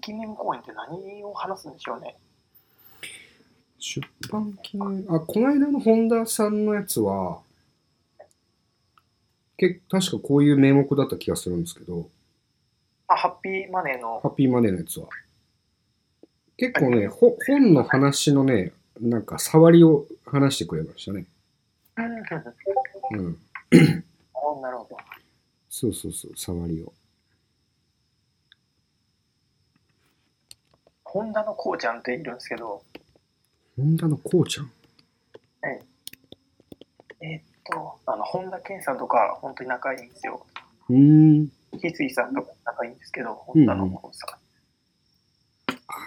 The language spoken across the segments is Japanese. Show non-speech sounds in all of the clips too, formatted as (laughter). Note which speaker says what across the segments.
Speaker 1: 記念公演って何を話すんでしょうね。
Speaker 2: 出版記念、あ、この間の本田さんのやつは、け確かこういう名目だった気がするんですけど、
Speaker 1: あ、ハッピーマネーの。
Speaker 2: ハッピーマネーのやつは。結構ね、ほ本の話のね、なんか触りを話してくれましたね。
Speaker 1: うんうんうんなる
Speaker 2: うん。
Speaker 1: ほど、なるほど。
Speaker 2: そうそうそう、触りを。
Speaker 1: ホンダのこうちゃんっているんですけど、
Speaker 2: 本田のこうちゃん。
Speaker 1: えーっと、あの、本田健さんとか、本当に仲いいんですよ。
Speaker 2: うーん。
Speaker 1: 翡翠さんとか仲いいんですけど、本田のこうさん。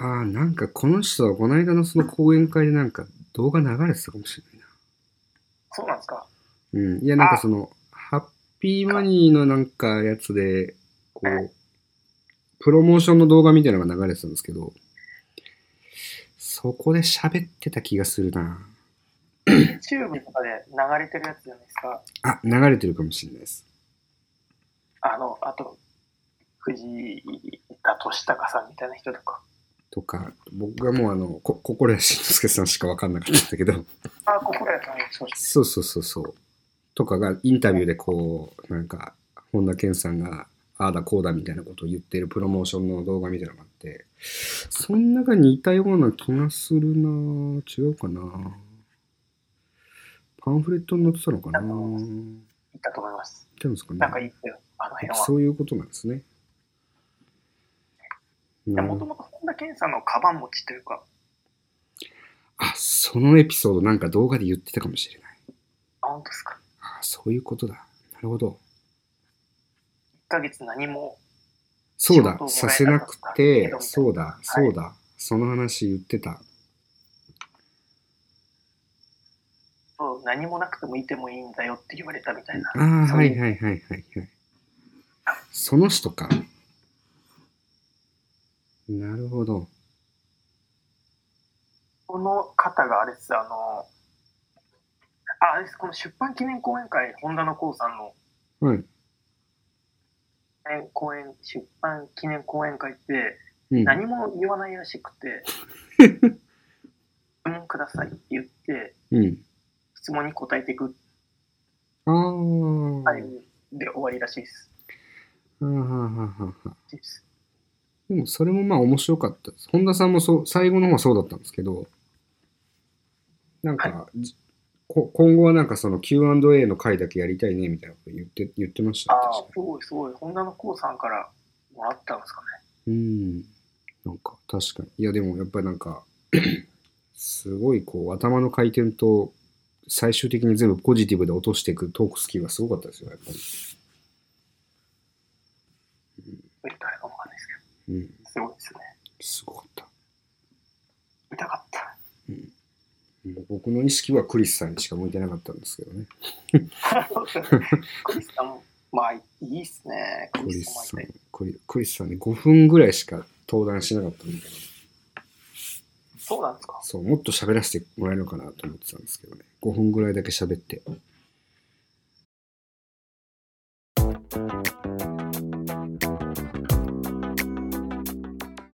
Speaker 2: ああ、なんかこの人はこの間のその講演会でなんか動画流れてたかもしれないな。
Speaker 1: そうなんですか
Speaker 2: うん。いや、なんかその、ハッピーマニーのなんかやつで、こう、プロモーションの動画みたいなのが流れてたんですけど、そこで喋ってた気がするな。
Speaker 1: ?YouTube とかで流れてるやつじゃないですか。
Speaker 2: あ、流れてるかもしれないです。
Speaker 1: あの、あと、藤田俊孝さんみたいな人とか。
Speaker 2: とか、僕がもうあの、こ、心谷慎之介さんしかわかんなかったんだけど、
Speaker 1: あ、ここら辺のそうです
Speaker 2: そうそうそうそう。とかがインタビューでこう、なんか、本田健さんが、ああだこうだみたいなことを言ってるプロモーションの動画みたいなのがあって、その中にいたような気がするなぁ違うかなぁパンフレットに載ってたのかな
Speaker 1: あの
Speaker 2: ぁ
Speaker 1: いたと思います。
Speaker 2: いたんですかね
Speaker 1: なんかいいですよ、あの辺は。
Speaker 2: そういうことなんですね。
Speaker 1: いや
Speaker 2: な
Speaker 1: もともと本田健さんのカバン持ちというか、
Speaker 2: あ、そのエピソードなんか動画で言ってたかもしれない。
Speaker 1: あ、本当ですか。
Speaker 2: あそういうことだ。なるほど。
Speaker 1: 1ヶ月何も、
Speaker 2: そう
Speaker 1: 仕
Speaker 2: だ
Speaker 1: 事、を
Speaker 2: させなくて、そ
Speaker 1: も
Speaker 2: うだ、そうだ、その話言ってた。
Speaker 1: そう何もなくてもいてもいいんだよって言われたみたいな。
Speaker 2: ああ、
Speaker 1: そう
Speaker 2: は
Speaker 1: いう
Speaker 2: いはいはいはいはい。その人か。なるほど。
Speaker 1: この方があれです、あの、ああれです、この出版記念講演会、本田のこうさんの
Speaker 2: はい。
Speaker 1: え講演、出版記念講演会って、
Speaker 2: うん。
Speaker 1: 何も言わないらしく
Speaker 2: (laughs)
Speaker 1: て、質問くださいって言って、
Speaker 2: うん。
Speaker 1: 質問に答えていく
Speaker 2: ああ。
Speaker 1: タイムで終わりらしいです。
Speaker 2: はははは。
Speaker 1: です
Speaker 2: でもそれもまあ面白かったです。本田さんもそう、最後の方はそうだったんですけど、なんか、じこ今後はなんかその Q&A の回だけやりたいねみたいなこと言って、言ってました
Speaker 1: あ
Speaker 2: ね。
Speaker 1: あ
Speaker 2: 確、か
Speaker 1: すごいすごい。本田のこうさんからもらったんですかね。
Speaker 2: にうん。なんか確かに。いやでもやっぱりなんか、 (clears throat) すごいこう頭の回転と最終的に全部ポジティブで落としていくトークスキルがすごかったですよ、やっぱり。
Speaker 1: 誰かもわかんないですけ
Speaker 2: うん。
Speaker 1: ど、すごいですね。
Speaker 2: すごかった。
Speaker 1: 痛かった。
Speaker 2: うん僕の意識はクリスさんにしか向いてなかったんですけどね。 (laughs)
Speaker 1: クリスさんも、まあ、いいっすね。ク
Speaker 2: ク
Speaker 1: リ
Speaker 2: リ
Speaker 1: ス
Speaker 2: ス
Speaker 1: さ
Speaker 2: さ
Speaker 1: ん
Speaker 2: ん
Speaker 1: もいて。、
Speaker 2: クリクリスさんね、5分ぐらいしか登壇しなかったんだけど、
Speaker 1: そうなんですか。
Speaker 2: そう、もっと喋らせてもらえるのかなと思ってたんですけどね、5分ぐらいだけ喋って、